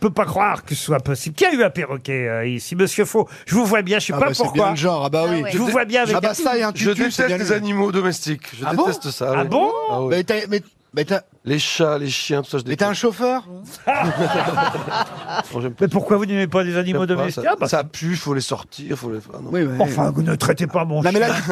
peux pas croire que ce soit possible. Qui a eu un perroquet euh, ici Monsieur Faux, je vous vois bien, je sais Ah pas bah, c'est pourquoi. bien le genre, ah bah oui. Je vous vois bien avec Ah bah un- ça et un tutu, Je c'est déteste bien les lui. animaux domestiques. Je Ah bon déteste ça. Ah oui. bon Ah oui. Mais t'as- mais- mais t'as Les chats, les chiens, tout ça, je mais t'as déteste. un chauffeur Non, j'aime pas- Mais pourquoi vous n'aimez pas les animaux j'aime pas domestiques ça, Ah bah, ça pue, faut les sortir, faut les. ah non. Oui, mais... Enfin, vous ne traitez pas mon Non, mais chien. là, tu...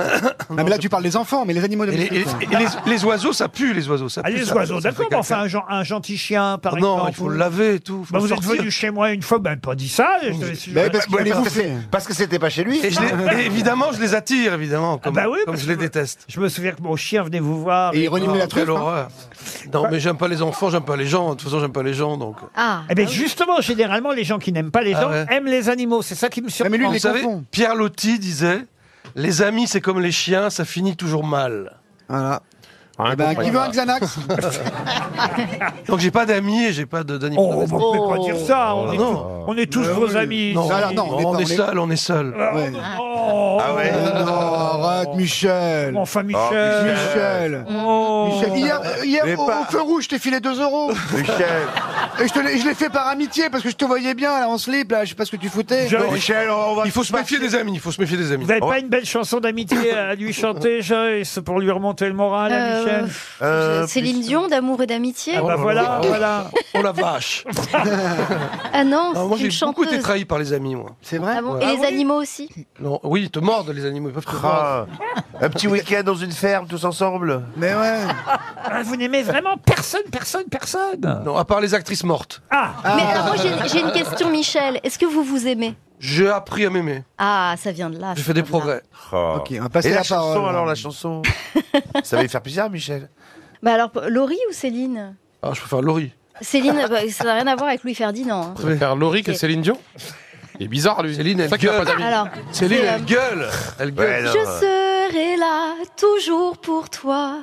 non, mais là, tu parles des enfants, mais les animaux Et les, domestiques. et- hein. et les- les oiseaux, ça pue, les oiseaux. Ça Ah, pue, les ça- oiseaux, ça d'accord, fait mais enfin, caca. Ah un, gen- un gentil chien, par Non, exemple. il faut le laver et tout. faut Bah, le vous êtes sortir. venu chez moi une fois, vous m'avez pas dit ça. je- je- Bah oui, parce qu'il Ouais, va les parce que bouffer. Parce que c'était pas chez lui. Et, je les- et évidemment, je les attire, évidemment, comme, bah oui, comme parce je les que- déteste. Je me souviens que mon chien venait vous voir. Et il Oh, renifle la truffe. quelle hein. horreur. Non, mais j'aime pas les enfants, j'aime pas les gens. De toute façon, j'aime pas les gens, donc. Ah, Eh bien, justement, généralement, les gens qui n'aiment pas les Ah gens ouais. aiment les animaux. C'est ça qui me surprend. mais lui, il Vous les savez, confond. Pierre Loti disait Les amis, c'est comme les chiens, ça finit toujours mal. Voilà. Hein, Ah, Eh ben, qui veut un Xanax Donc j'ai pas d'amis et j'ai pas de- d'animaux. Oh, bah, on peut pas dire ça. On, est, non. tous- on est tous vos amis. Non, Ça, alors, non, on est on, pas- est on est- seul, on est Ah, seul. Ouais. Oh, Ah Euh, non, arrête, Ah, Michel. Enfin, Michel. Michel. Oh. Michel, Hier, hier, au, au feu rouge, je t'ai filé 2 euros. Michel, Et je te l'ai- je l'ai fait par amitié parce que je te voyais bien là en slip, là, je sais pas ce que tu foutais. Je- Michel, on va. Il faut se méfier des amis, il faut se méfier des amis. Vous n'avez pas une belle chanson d'amitié à lui chanter, Joyce, pour lui remonter le moral à Euh, Michel Euh, je- Céline Dion, d'amour et d'amitié. Ah bah voilà, Oh. voilà. Oh la vache Ah non, Non, bah, Moi c'est une j'ai beaucoup été chanteuse. trahi par les amis, moi. C'est vrai Ah bon Ah Et les oui animaux aussi. Non, oui, ils te mordent les animaux, ils peuvent te mordre. Ah, un petit week-end dans une ferme tous ensemble. Mais ouais. Ah, vous n'aimez vraiment personne, personne, personne Non, à part les actrices mortes. Ah Mais alors moi j'ai j'ai une question, Michel. Est-ce que vous vous aimez J'ai appris à m'aimer, Ah, ça vient de là. j'ai ça fait des vient de là. progrès. Ok, on va passer Et la, la chanson parole. alors la chanson. Ça va lui faire plaisir, Michel. Bah alors, Laurie ou Céline Ah, je préfère Laurie. Céline, bah, ça n'a rien à voir avec Louis Ferdinand. hein. Faire Laurie que C'est- Céline Dion Il est bizarre, lui. Céline, elle C'est ça qu'il a gueule. pas d'amis. Alors, Céline, c'est, euh, elle gueule Elle gueule. Ouais, euh, non, Je ouais. serai là toujours pour toi,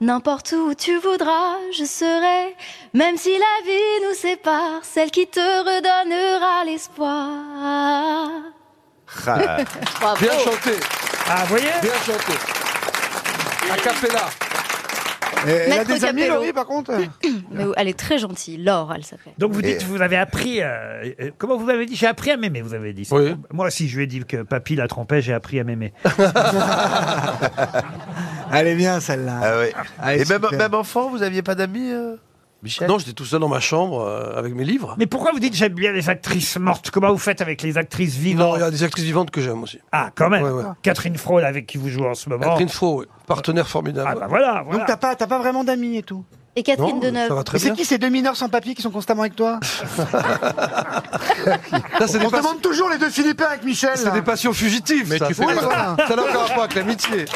n'importe où tu voudras, je serai, même si la vie nous sépare, celle qui te redonnera l'espoir. Ah. Bravo. Bien chanté, Ah, vous voyez bien chanté. A cappella. Eh, Elle a Maître des amis, Capello. Laurie, par contre Mais elle est très gentille, Laure, elle s'appelle. Donc vous dites, Et- vous avez appris... euh, euh, comment vous m'avez dit J'ai appris à m'aimer, vous avez dit. ça. Oui. Moi aussi, je lui ai dit que papy la trompait, j'ai appris à m'aimer. Elle est bien, celle-là. Ah ouais. Ah, Et même, super. même enfant, vous aviez pas d'amis, euh, Michel Non, j'étais tout seul dans ma chambre euh, avec mes livres. Mais pourquoi vous dites j'aime bien les actrices mortes Comment vous faites avec les actrices Non, vivantes il y a des actrices vivantes que j'aime aussi. Ah, quand même Ouais, ouais. Catherine Frôle, avec qui vous jouez en ce moment. Catherine Faux, ouais. partenaire formidable. Ah bah voilà, voilà. Donc t'as pas, t'as pas vraiment d'amis et tout. Et Catherine Non, Deneuve. ça va Mais très c'est bien. qui ces deux mineurs sans papier qui sont constamment avec toi Là, c'est des, On pas- demande toujours les deux Philippins avec Michel. c'est là. des passions fugitives. Mais ça. tu C'est fais pas- quoi Ça n'a encore à voir avec l'amitié.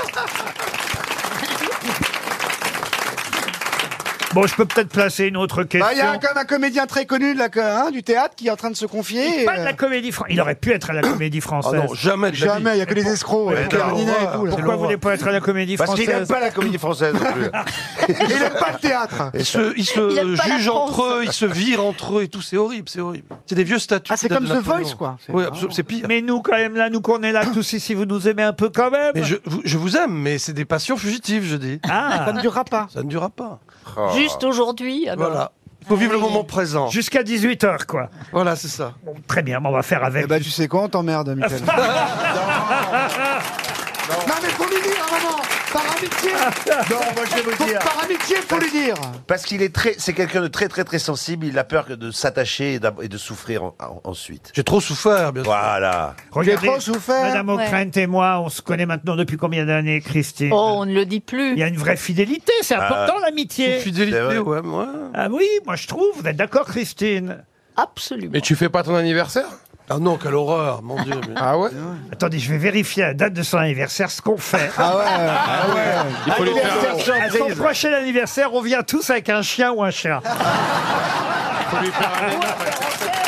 Bon, je peux peut-être placer une autre question. Bah, il y a quand même un comédien très connu de la, hein, du théâtre qui est en train de se confier. Pas de euh, la comédie française. Il aurait pu être à la comédie Ah française. non, jamais. de la vie. Jamais, il n'y a que des escrocs, Ouais, les quelle Cardinets et tout. là. horreur. Quelle Pourquoi vous horreur. voulez pas être à la comédie Parce qu'il n'aime française pas la comédie française non plus. Il n'aime pas le théâtre. Ils se, ils se Il aime pas la jugent entre France. eux, ils se virent entre eux et tout, c'est horrible, c'est horrible. C'est des vieux statuts. Ah, c'est qui datent comme de The Napoléon. Voice, quoi. C'est Oui, marrant. absolument, c'est pire. Mais, Mais nous, quand même, là, nous qu'on est là tous ici, vous nous aimez un peu quand même je, vous, je vous aime, mais c'est des passions fugitives, je dis. Ça Ah ne durera pas. Ça ne durera pas. Ah Oh. Juste aujourd'hui. ben, ah bah. Voilà. Il faut vivre le oui. moment présent. Jusqu'à 18h, quoi. Voilà, c'est ça. Bon, très bien, mais on va faire avec. Eh ben, tu sais quoi, on t'emmerde, Michel. non, mais faut lui dire, maman Par amitié Non, moi je vais vous Faut- dire. Par amitié, faut lui dire Parce qu'il est très, c'est quelqu'un de très très très sensible. Il a peur que de s'attacher et, d'ab- et de souffrir en- en- ensuite. J'ai trop souffert, bien sûr. Voilà. Regardez, J'ai trop souffert. Madame Ouais. O'Krent et moi, on se connaît maintenant depuis combien d'années, Christine Oh, on ne le dit Il plus. y a une vraie fidélité, c'est important Une l'amitié. C'est Fidélité, vrai. ouais, moi. Ah oui, moi je trouve, vous êtes d'accord, Christine Absolument. Mais tu fais pas ton anniversaire Ah non, quelle horreur, mon Dieu. mais- Ah ouais Attendez, je vais vérifier la date de son anniversaire, ce qu'on fait. Ah ouais, ah ouais Il faut lui faire, À son prochain anniversaire, on vient tous avec un chien ou un chat. faut lui faire un-